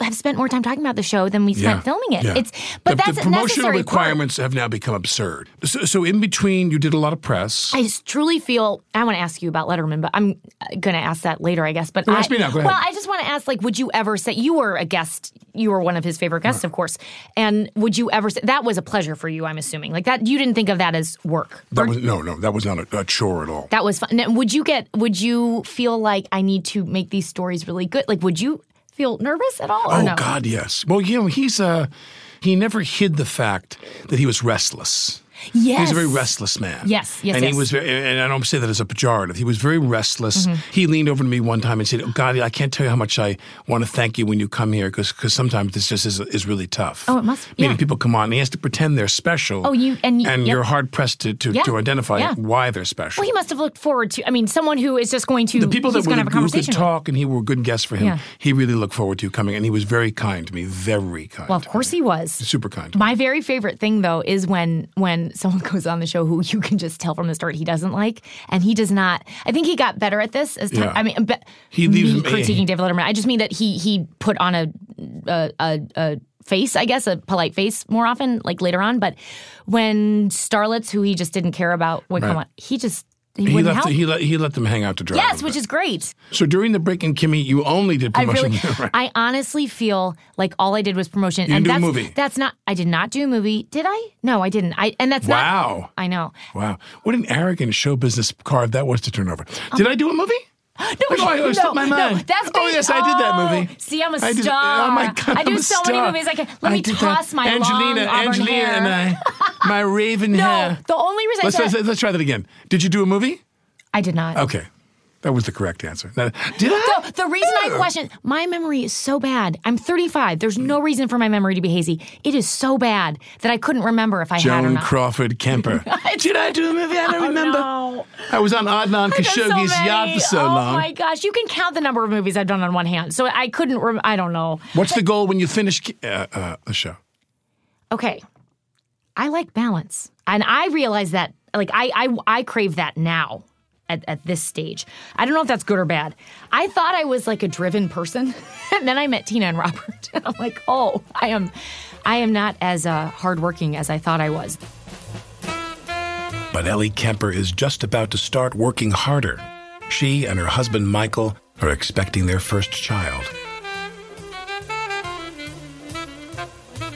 B: have spent more time talking about the show than we spent
A: Yeah.
B: filming it.
A: Yeah.
B: It's, but
A: the,
B: that's
A: the
B: a
A: promotional
B: necessary part.
A: requirements have now become absurd. So, so in between, you did a lot of press.
B: I just truly feel I want to ask you about Letterman, but I'm going to ask that later, I guess. But I,
A: ask me now. Go ahead.
B: Well, I just want to ask, like, would you ever say you were a guest? You were one of his favorite guests, of course. And would you ever say that was a pleasure for you? I'm assuming, like that, you didn't think of that as work.
A: that was no, no, that was not a, a chore at all.
B: That was fun. Now, would you get? Would you feel like I need to make these stories really good? Like, would you feel nervous at all? or
A: oh
B: no?
A: God, yes. Well, you know, he's uh, he never hid the fact that he was restless.
B: Yes.
A: He was a very restless man.
B: Yes, yes,
A: And
B: yes.
A: he was, very, and I don't say that as a pejorative. He was very restless.
B: Mm-hmm.
A: He leaned over to me one time and said, "Oh God, I can't tell you how much I want to thank you when you come here because sometimes this just is, is really tough."
B: Oh, it must-
A: Meaning
B: yeah.
A: people come on and he has to pretend they're special.
B: Oh, you- and you- yep.
A: you're hard pressed to to,
B: Yeah,
A: to identify
B: yeah.
A: why they're special.
B: Well, he must have looked forward to. I mean, someone who is just going to
A: the people
B: he's
A: that were,
B: going to have a
A: who
B: conversation.
A: could
B: with.
A: talk and he were good guests for him,
B: Yeah.
A: he really looked forward to you coming, and he was very kind to me, very kind.
B: Well, of course he was.
A: super kind.
B: My very favorite thing though is when when someone goes on the show who you can just tell from the start he doesn't like and he does not. I think he got better at this as time.
A: Yeah.
B: I mean, but
A: He leaves
B: me
A: him-
B: critiquing David Letterman. I just mean that he he put on a a, a a face, I guess, a polite face more often, like later on. But when starlets who he just didn't care about would come on,
A: Right.
B: he just he,
A: he
B: wouldn't
A: left.
B: help.
A: He let he let them hang out to dry.
B: yes, which is great.
A: so during the break in Kimmy, you only did
B: I
A: promotion.
B: really,
A: Right.
B: I honestly feel like all I did was promotion.
A: didn't
B: and
A: do a
B: that's,
A: movie.
B: That's not. I did not do a movie. Did I? No, I didn't. I and that's not.
A: wow,
B: I know.
A: wow, what an arrogant show business card that was to turn over. Did I do a movie?
B: Oh. No,
A: Oh, I always
B: no,
A: slipped my
B: no,
A: mind.
B: that's
A: oh
B: big-
A: yes, I did that
B: oh,
A: movie.
B: See, I'm a
A: I did-
B: star.
A: oh my god,
B: I do
A: I'm a
B: so many
A: star.
B: movies. I can let me
A: did that.
B: toss my
A: Angelina,
B: long auburn
A: Angelina,
B: hair.
A: and I, my raven
B: No,
A: hair.
B: the only reason
A: Let's,
B: I said
A: let's, let's try that again. Did you do a movie?
B: I did not.
A: Okay. That was the correct answer. Now, did I?
B: The, the reason I question my memory is so bad. I'm 35. There's no reason for my memory to be hazy. It is so bad that I couldn't remember if I had or
A: Joan
B: not.
A: Crawford Kemper. did I do a movie? I don't remember.
B: no.
A: I was on Adnan
B: I've done so
A: Khashoggi's
B: many.
A: yacht for so
B: oh
A: long.
B: my gosh, you can count the number of movies I've done on one hand. So I couldn't. Rem- I don't know.
A: What's the goal when you finish ki- uh, uh, the show?
B: okay i like balance and i realize that like i i, I crave that now at, at this stage i don't know if that's good or bad i thought i was like a driven person and then i met tina and robert and i'm like oh i am i am not as uh, hardworking as i thought i was
A: But Ellie Kemper is just about to start working harder. She and her husband Michael are expecting their first child.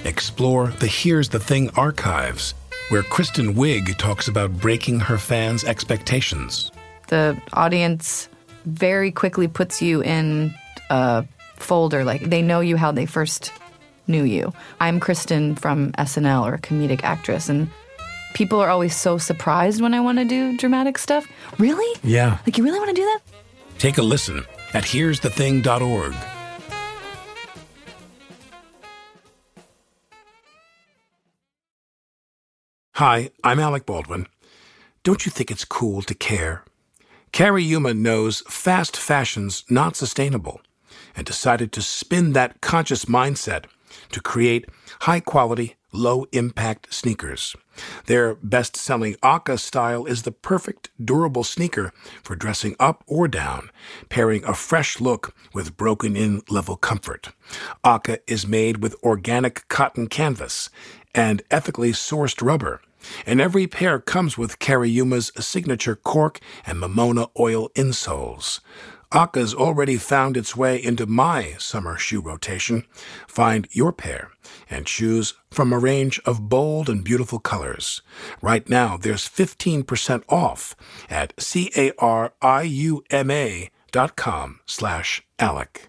A: Explore the Here's the Thing archives, where Kristen Wiig talks about breaking her fans' expectations.
C: the audience very quickly puts you in a folder like they know you how they first knew you i'm kristen from snl or a comedic actress and people are always so surprised when i want to do dramatic stuff really
A: Yeah.
C: like you really want to do that
A: Take a listen at here'sthething.org. Hi, I'm Alec Baldwin. Don't you think it's cool to care? Carrie Yuma knows fast fashion's not sustainable and decided to spin that conscious mindset to create high quality, low impact sneakers. Their best selling Aka style is the perfect durable sneaker for dressing up or down, pairing a fresh look with broken in level comfort. Aka is made with organic cotton canvas and ethically sourced rubber. And every pair comes with Karayuma's signature cork and Mamona oil insoles. Akka's already found its way into my summer shoe rotation. Find your pair and choose from a range of bold and beautiful colors. Right now, there's 15% off at C-A-R-I-U-M-A dot com slash Alec.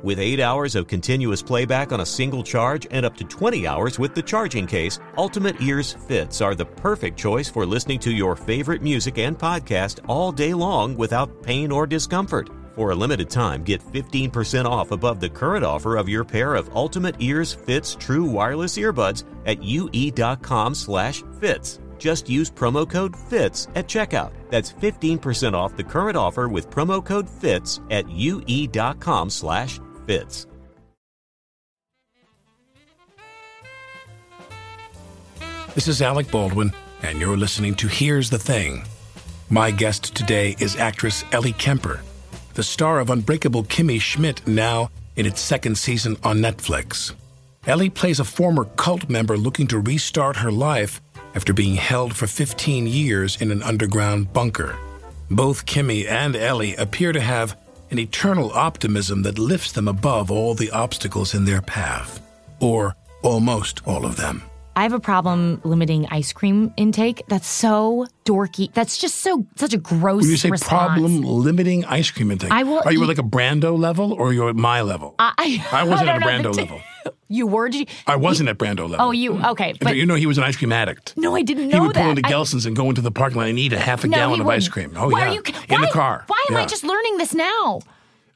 D: With 8 hours of continuous playback on a single charge and up to 20 hours with the charging case, Ultimate Ears Fits are the perfect choice for listening to your favorite music and podcast all day long without pain or discomfort. For a limited time, get 15% off above the current offer of your pair of Ultimate Ears Fits True Wireless Earbuds at ue.com slash fits. Just use promo code FITS at checkout. That's 15% off the current offer with promo code FITS at ue.com slash fits.
A: This is Alec Baldwin, and you're listening to Here's the Thing. My guest today is actress Ellie Kemper, the star of Unbreakable Kimmy Schmidt, now in its second season on Netflix. Ellie plays a former cult member looking to restart her life after being held for 15 years in an underground bunker. Both Kimmy and Ellie appear to have an eternal optimism that lifts them above all the obstacles in their path, or almost all of them.
B: I have a problem limiting ice cream intake. That's so dorky. That's just so such a gross
A: When you say
B: response.
A: problem limiting ice cream intake,
B: I will
A: are you at
B: eat-
A: like a Brando level or you're at my level?
B: I,
A: I wasn't
B: I
A: at a
B: don't know
A: Brando
B: the
A: level.
B: You were? Did you?
A: I wasn't at Brando level.
B: Oh, you okay?
A: But
B: But
A: you know he was an ice cream addict.
B: no, I didn't know
A: He would
B: that.
A: pull into
B: I-
A: Gelson's and go into the parking lot and eat a half a
B: no,
A: gallon
B: he
A: of
B: wouldn't.
A: ice cream. Oh
B: why
A: yeah,
B: Are you,
A: in the
B: why-
A: car.
B: Why am I
A: Yeah.
B: just learning this now?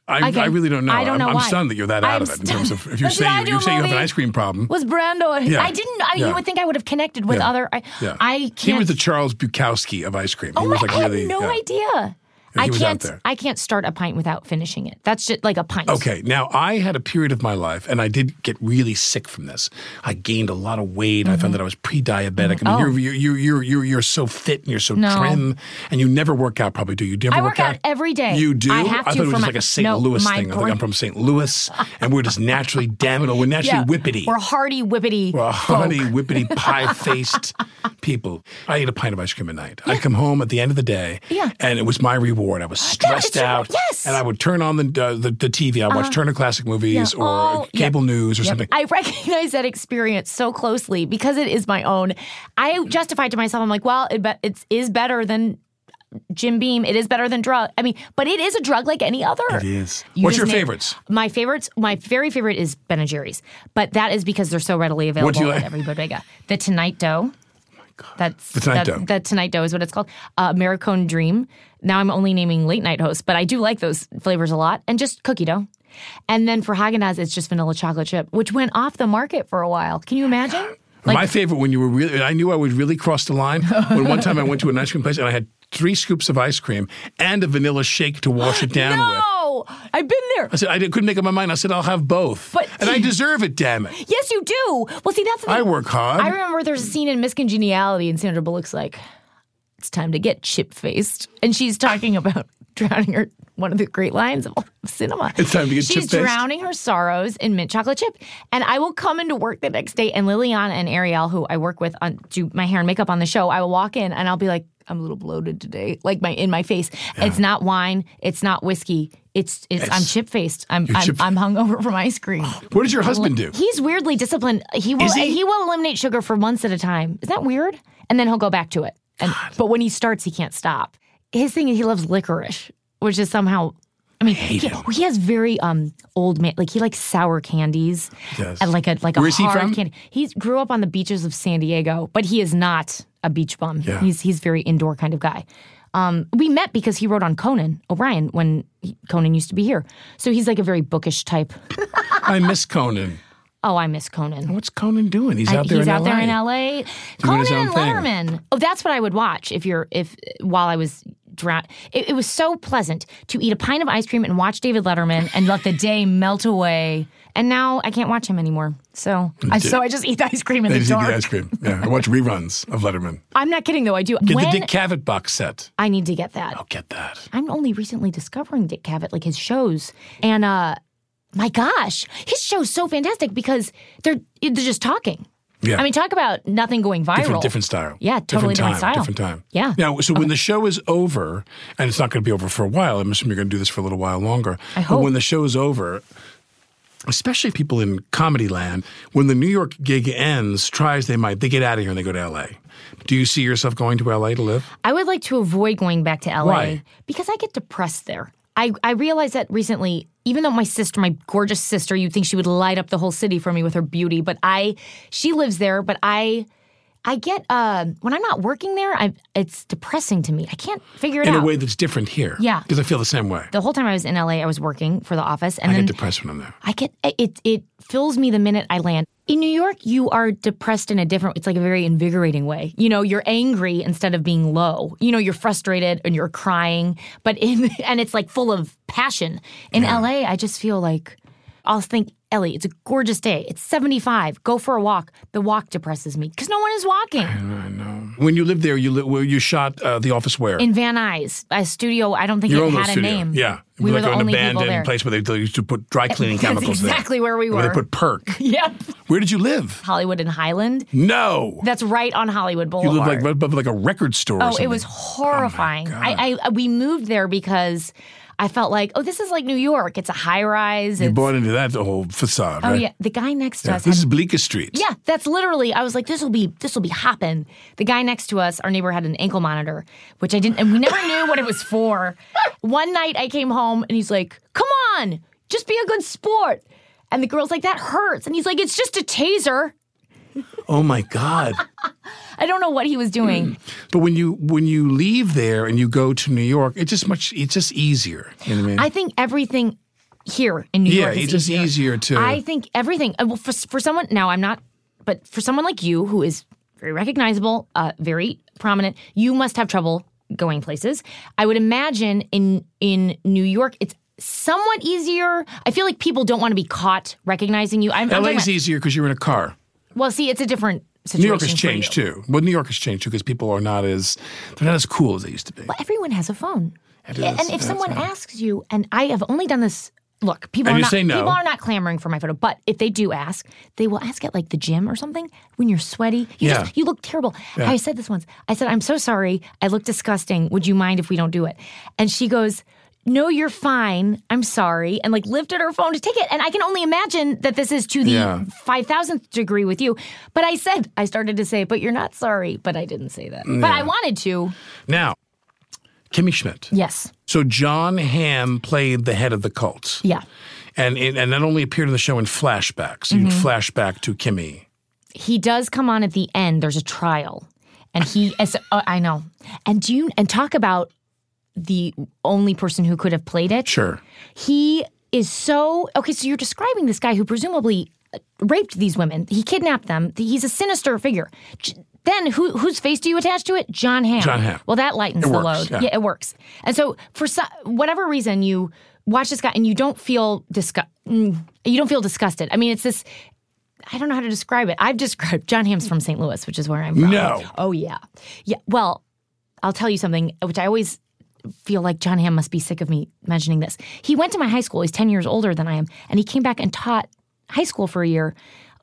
A: I,
B: Okay.
A: I really don't know.
B: I don't
A: I'm-
B: know
A: I'm,
B: why.
A: stunned that you're that out
B: I'm
A: of it in terms
B: stunned.
A: of if you
B: That's what I
A: say
B: do
A: you, you say you have an
B: movie.
A: ice cream problem.
B: Was Brando?
A: Yeah.
B: I didn't. I,
A: Yeah.
B: You would think I would have connected with
A: Yeah.
B: other. I,
A: yeah.
B: I can't.
A: He was the Charles Bukowski of ice cream.
B: Oh
A: he
B: my!
A: was like
B: I
A: really
B: had no
A: yeah.
B: idea.
A: Yeah, he
B: I
A: was out
B: can't.
A: there.
B: I can't start a pint without finishing it. That's just like a pint.
A: Okay, now I had a period of my life, and I did get really sick from this. I gained a lot of weight. I found that I was pre-diabetic. I mean,
B: Mm-hmm. Oh.
A: you're, you're you're you're you're so fit and you're so
B: No.
A: trim, and you never work out. Probably do you? Do you ever
B: I work out every day.
A: You do?
B: I have
A: thought
B: to
A: it was
B: for my-
A: like a St.
B: no,
A: Louis
B: my
A: thing. I think I'm
B: brain-
A: from St. Louis, and we're just naturally damn it, we're naturally whippity.
B: We're hardy whippity.
A: Well,
B: folk.
A: honey, whippity pie faced people. I ate a pint of ice cream a night. I'd come home at the end of the day,
B: Yeah.
A: and it was my reward. I was stressed
B: it's your-
A: out,
B: yes. Uh-huh.
A: and I would turn on the uh, the, the TV. I watched Turner Classic Movies
B: Yeah.
A: or
B: Oh, yeah.
A: cable news or something.
B: I recognize that experience so closely because it is my own. I justify to myself, I'm like, well, it be- it's is better than Jim Beam. It is better than drug. I mean, but it is a drug like any other. It
A: is. What's your favorites?
B: My favorites. My very favorite is Ben and Jerry's, but that is because they're so readily available
A: What do you like? Oh
B: at every bodega. The Tonight Dough. That's
A: The Tonight
B: that-
A: Dough.
B: The Tonight Dough is what it's called. Uh, Maricone Dream. Now I'm only naming late night hosts, but I do like those flavors a lot, and just cookie dough. And then for Haagen Dazs, it's just vanilla chocolate chip, which went off the market for a while. Can you imagine?
A: my favorite when you were really, I knew I would really cross the line when one time I went to an ice cream place and I had three scoops of ice cream and a vanilla shake to wash it down with.
B: no, I've been there.
A: I said I couldn't make up my mind. I said I'll have both,
B: But-
A: and I deserve it. Damn it!
B: Yes, you do. Well, see, that's the thing.
A: I work hard.
B: I remember there's a scene in Miss Congeniality, and Sandra Bullock's like, "It's time to get chip faced," and she's talking about drowning her. One of the great lines of all of cinema.
A: It's time to get
B: She's
A: chip-faced.
B: drowning her sorrows in mint chocolate chip. And I will come into work the next day, and Liliana and Ariel, who I work with on do my hair and makeup on the show, I will walk in and I'll be like, "I'm a little bloated today," like my in my face. It's not wine. It's not whiskey. It's it's, I'm chip faced. I'm I'm,
A: chip- Oh,
B: I'm hungover from ice cream.
A: What does your husband do?
B: He's weirdly disciplined. He will
A: he?
B: he? will eliminate sugar for months at a time. Is that weird? And then he'll go back to it. And but when he starts, he can't stop. His thing is he loves licorice. which is somehow. I mean,
E: Hate
B: he,
E: him.
B: he has very um old man like he likes sour candies
A: Yes.
B: and like a like a
E: Where's he
B: hard
E: from?
B: candy. He grew up on the beaches of San Diego, but he is not a beach bum.
A: Yeah.
B: He's he's very indoor kind of guy. Um, we met because he wrote on Conan O'Brien when he, Conan used to be here. So he's like a very bookish type.
A: I miss Conan.
B: Oh, I miss Conan.
A: What's Conan doing? He's
B: I-
A: out there
B: he's
A: in
B: out
A: LA.
B: there in LA.
A: Doing his
B: Conan and
A: own
B: Letterman. Oh, that's what I would watch if you're if while I was drowned. It, it was so pleasant to eat a pint of ice cream and watch David Letterman and let the day melt away. And now I can't watch him anymore. So I so I just eat the ice cream in
A: They
B: the
A: just eat the
B: dark.
A: ice cream. Yeah, I watch reruns of Letterman.
B: I'm not kidding though. I do.
A: Get
B: when
A: the Dick Cavett box set.
B: I need to get that.
A: I'll get that.
B: I'm only recently discovering Dick Cavett, like his shows. And uh my gosh, his show's so fantastic because they're they're just talking.
A: Yeah.
B: I mean, talk about nothing going viral.
A: different, different style.
B: Yeah, totally
A: different,
B: different
A: time,
B: style.
A: Different time.
B: Yeah.
A: Now, so when the show is over, and it's not going to be over for a while, I'm assuming you're going to do this for a little while longer. I But
B: hope.
A: when the show is over, especially people in comedy land, when the New York gig ends, try as they might, they get out of here and they go to LA. Do you see yourself going to LA to live?
B: I would like to avoid going back to LA
A: Why?
B: because I get depressed there. I, I realized that recently, even though my sister, my gorgeous sister, you'd think she would light up the whole city for me with her beauty, but I she lives there, but I I get uh, when I'm not working there, I it's depressing to me. I can't figure it
A: In
B: out.
A: a way that's different here.
B: Yeah.
A: Because I feel the same way.
B: the whole time I was in LA, I was working for the office, and
A: I
B: then
A: get depressed when I'm there.
B: I get it. It fills me the minute I land in New York. You are depressed in a different. It's like a very invigorating way. You know, you're angry instead of being low. You know, you're frustrated and you're crying, but in and it's like full of passion. In LA, I just feel like I'll think. Ellie, it's a gorgeous day. It's 75. Go for a walk. The walk depresses me because no one is walking.
A: When you lived there, you li- where you shot uh, The Office Where?
B: In Van Nuys, a studio, I don't think
A: your
B: it
A: own
B: had
A: little
B: a
A: studio.
B: name.
A: Yeah.
B: We were
A: like
B: the
A: an
B: only people
A: abandoned
B: there.
A: place where they, they used to put dry cleaning
B: That's
A: chemicals there.
B: exactly where we
A: Where
B: were.
A: they put perk.
B: Yep.
A: Where did you live?
B: Hollywood and Highland.
A: No.
B: That's right on Hollywood
A: You
B: Boulevard.
A: lived like right above like a record store. or
B: Oh,
A: something.
B: it was horrifying. I, I we moved there because I felt like, oh, this is like New York. It's a high rise.
A: You
B: It's,
A: bought into that whole facade,
B: oh
A: right?
B: yeah, the guy next to
A: Yeah.
B: us.
A: This is
B: had-
A: Bleecker Street.
B: yeah, that's literally. I was like, this will be this will be hopping. The guy next to us, our neighbor had an ankle monitor, which I didn't, and we never knew what it was for. One night, I came home and he's like, "Come on, just be a good sport." And the girl's like, "That hurts," and he's like, "It's just a taser."
A: Oh my God.
B: I don't know what he was
A: Mm.
B: doing.
A: but when you when you leave there and you go to New York, it's just much it's just easier. You know what I mean?
B: I think everything here in New
A: Yeah,
B: York is
A: it's just easier to-
B: I think everything. uh, Well, for, for someone now, I'm not, but for someone like you who is very recognizable, uh, very prominent, you must have trouble going places. I would imagine in in New York, it's somewhat easier. I feel like people don't want to be caught recognizing you. I'm, I'm talking
A: LA's
B: about-
A: easier because you're in a car.
B: well, see, it's a different. Situation
A: New York has
B: for
A: changed
B: you.
A: too. Well, New York has changed too because people are not as they're not as cool as they used to be.
B: But everyone has a phone.
A: It
B: Yeah,
A: is.
B: and if
A: That's
B: someone
A: right.
B: asks you, and I have only done this, look, people
A: And
B: are
A: you
B: not
A: say no.
B: people are not clamoring for my photo, but if they do ask, they will ask at like the gym or something when you're sweaty. You
A: Yeah.
B: just you look terrible. I said this once. I said, I'm so sorry. I look disgusting. Would you mind if we don't do it? And she goes, No, you're fine. I'm sorry. And like lifted her phone to take it. And I can only imagine that this is to the
A: Yeah.
B: five thousandth degree with you. But I said, I started to say, but you're not sorry. But I didn't say that. But I wanted to.
A: Now, Kimmy Schmidt.
B: Yes.
A: So John Hamm played the head of the cult.
B: Yeah.
A: And it, and that only appeared in the show in flashbacks. So
B: Mm-hmm.
A: You'd flash back to Kimmy.
B: he does come on at the end. There's a trial, and he as uh, I know. And do you and talk about the only person who could have played it?
A: Sure.
B: He is so okay. So you're describing this guy who presumably uh, raped these women. He kidnapped them. He's a sinister figure. J- Then who whose face do you attach to it? John Hamm.
A: John Hamm.
B: Well, that lightens
A: It
B: the
A: works,
B: load.
A: yeah.
B: it works. And so for so, whatever reason, you watch this guy and you don't feel disgust. You don't feel disgusted. I mean, it's this. I don't know how to describe it. I've described John Hamm's from St. Louis, which is where I'm from.
A: No.
B: Oh yeah. Yeah. Well, I'll tell you something, which I always feel like John Hamm must be sick of me mentioning this. He went to my high school. He's 10 years older than I am. And he came back and taught high school for a year.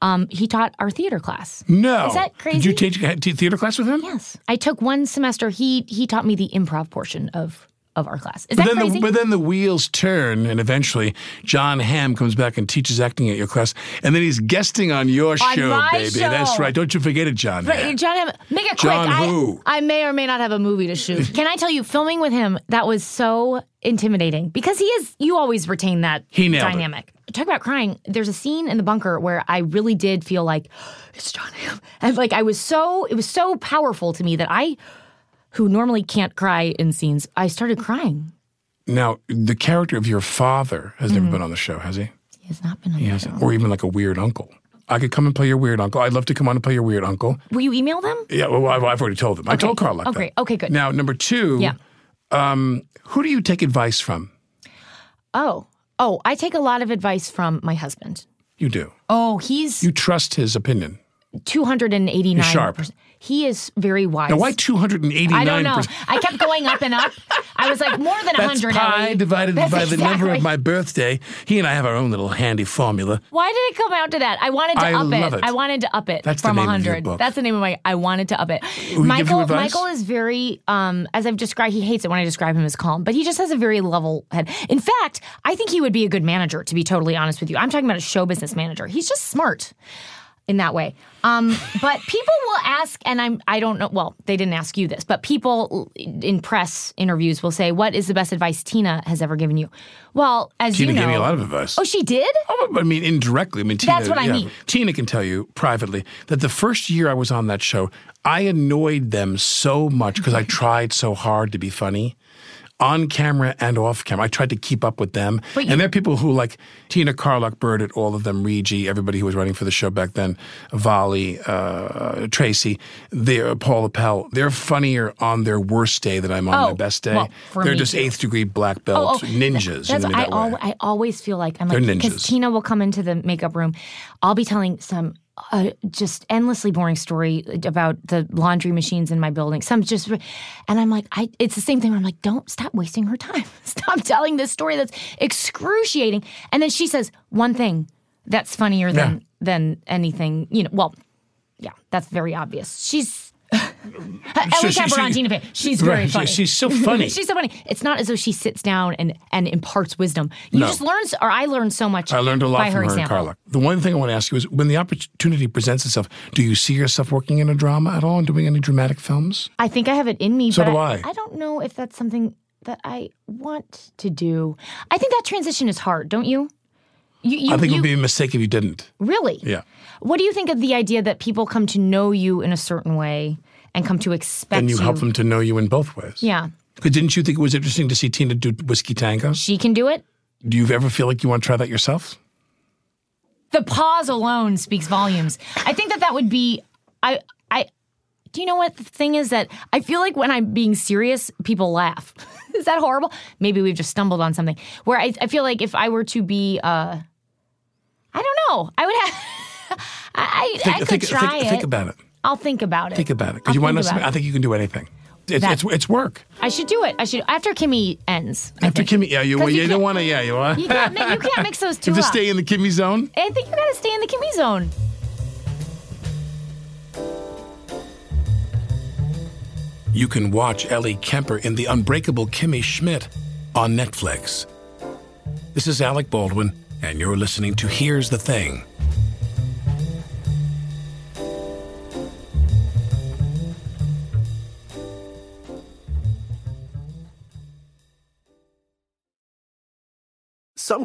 B: Um, he taught our theater class.
A: No.
B: Is that
A: Did you
B: crazy?
A: take, take theater class with him?
B: Yes. I took one semester. He he taught me the improv portion of of our class.
A: But
B: Is that
A: then,
B: crazy?
A: the, but then the wheels turn, and eventually John Hamm comes back and teaches acting at your class, and then he's guesting on your
B: On
A: show,
B: my
A: baby. That's
B: show.
A: right. Don't you forget it, John.
B: But,
A: Hamm.
B: John, Hamm- make it
A: John
B: quick. I-
A: who?
F: I may or may not have a movie to shoot.
B: Can I tell you, filming with him, that was so intimidating because he is, you always retain that
A: He nailed it.
B: dynamic. Talk about crying. There's a scene in the bunker where I really did feel like, it's John Hamm. And like, I was so, it was so powerful to me that I, who normally can't cry in scenes, I started crying.
A: Now, the character of your father has
B: Mm-hmm.
A: never been on the show, has he?
B: He has not been on
A: He
B: the
A: hasn't.
B: show.
A: Or even like a weird uncle. I could come and play your weird uncle. I'd love to come on and play your weird uncle.
B: Will you email them?
A: Yeah, well, I've, I've already told them. I told Carl like
B: Oh, great.
A: that.
B: Okay, good.
A: Now, number two,
B: Yeah.
A: um, who do you take advice from?
B: Oh, oh, I take a lot of advice from my husband.
A: You do.
B: Oh, he's
A: You trust his opinion.
B: 289.
A: He's sharp.
B: He is very wise.
A: Now, why 289%?
B: I don't know. I kept going up and up. I was like more than
A: That's
B: 100.
A: pi
B: Ellie.
A: divided
B: That's
A: by the number of
B: exactly-
A: my birthday. He and I have our own little handy formula.
B: Why did it come out to that? I wanted to
A: I
B: up
A: love it.
B: I wanted to up it
A: That's the
B: from
A: name of your
B: 100.
A: book.
B: That's the name of my I wanted to up it.
A: you
B: Michael
A: advice?
B: Michael is very um as I've described he hates it when I describe him as calm, but he just has a very level head. In fact, I think he would be a good manager to be totally honest with you. I'm talking about a show business manager. He's just smart. in that way. Um, but people will ask, and I'm I don't know. Well, they didn't ask you this, but people in press interviews will say, "What is the best advice Tina has ever given you?" Well, as
A: Tina
B: you know,
A: gave me a lot of advice.
B: oh, she did.
A: Oh, I mean, indirectly. I mean, Tina,
B: That's what I
A: yeah.
B: mean.
A: Tina can tell you privately that the first year I was on that show, I annoyed them so much because I tried so hard to be funny. On camera and off camera, I tried to keep up with them.
B: But you-
A: and there are people who, like Tina Carlock, Burdett, all of them, Regi, everybody who was running for the show back then, Volley, uh, Tracy, they're, Paul Appel, they're funnier on their worst day than I'm on my
B: Oh,
A: best day.
B: well, for
A: they're
B: me
A: just
B: too.
A: eighth degree black
B: Oh,
A: belt
B: oh,
A: ninjas. you
B: That's
A: know what I mean,
B: I,
A: that way.
B: al- I always feel like I'm like
A: They're
B: because
A: ninjas.
B: Tina will come into the makeup room. I'll be telling some uh, just endlessly boring story about the laundry machines in my building. Some just, and I'm like, I. It's the same thing. Where I'm like, don't stop wasting her time. Stop telling this story that's excruciating. And then she says one thing that's funnier than
A: Yeah.
B: than anything. You know, well, yeah, that's very obvious. She's.
A: So
B: Ellie
A: she-
B: Kemper on
A: she-
B: Tina Fey. She's very
A: right, she-
B: funny.
A: she's so funny.
B: she's so funny. It's not as though she sits down and, and imparts wisdom. You
A: No.
B: just learn, or I learned so much.
A: I learned a lot
B: by
A: from
B: her
A: her, and
B: example.
A: Carla. The one thing I want to ask you is when the opportunity presents itself, do you see yourself working in a drama at all and doing any dramatic films?
B: I think I have it in me.
A: So
B: but
A: do I.
B: I don't know if that's something that I want to do. I think that transition is hard, don't you? You, you,
A: I think it
B: you
A: would be a mistake if you didn't.
B: really.
A: Yeah.
B: What do you think of the idea that people come to know you in a certain way and come to expect
A: And you help them to know you in both ways.
B: Yeah,
A: Because didn't you think it was interesting to see Tina do whiskey tangos?
B: she can do it.
A: Do you ever feel like you want to try that yourself?
B: the pause alone speaks volumes. I think that that would be I I do you know what the thing is that I feel like when I'm being serious, people laugh. is that horrible? Maybe we've just stumbled on something. Where I, I feel like if I were to be, uh, I don't know, I would have. I, I, I could
A: think,
B: try
A: think,
B: it.
A: think about it.
B: I'll think about it.
A: Think about it.
B: I'll
A: Because you want
B: think
A: to.
B: about
A: I
B: it.
A: think you can do anything. It's,
B: That-
A: it's, it's work.
B: I should do it. I should after Kimmy ends. I
A: After
B: think.
A: Kimmy, yeah, you,
B: 'Cause
A: you,
B: you
A: don't
B: can't-
A: want to. Yeah, you want
B: you can't, mi- you can't mix those two
A: to
B: up.
A: stay in the Kimmy zone.
B: I think you gotta stay in the Kimmy zone.
G: You can watch Ellie Kemper in The Unbreakable Kimmy Schmidt on Netflix. This is Alec Baldwin, and you're listening to Here's the Thing.
H: Some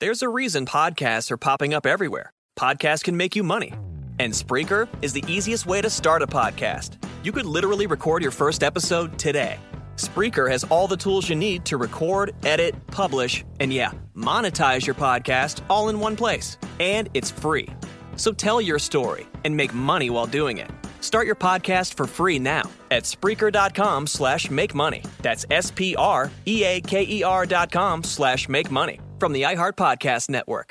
I: There's a reason podcasts are popping up everywhere. Podcasts can make you money. And Spreaker is the easiest way to start a podcast. You could literally record your first episode today. Spreaker has all the tools you need to record, edit, publish, and yeah, monetize your podcast all in one place. And it's free. So tell your story and make money while doing it. Start your podcast for free now at Spreaker.com slash make money. That's E S-P-R-E-A-K-E-R dot com slash make money from the iHeart Podcast Network.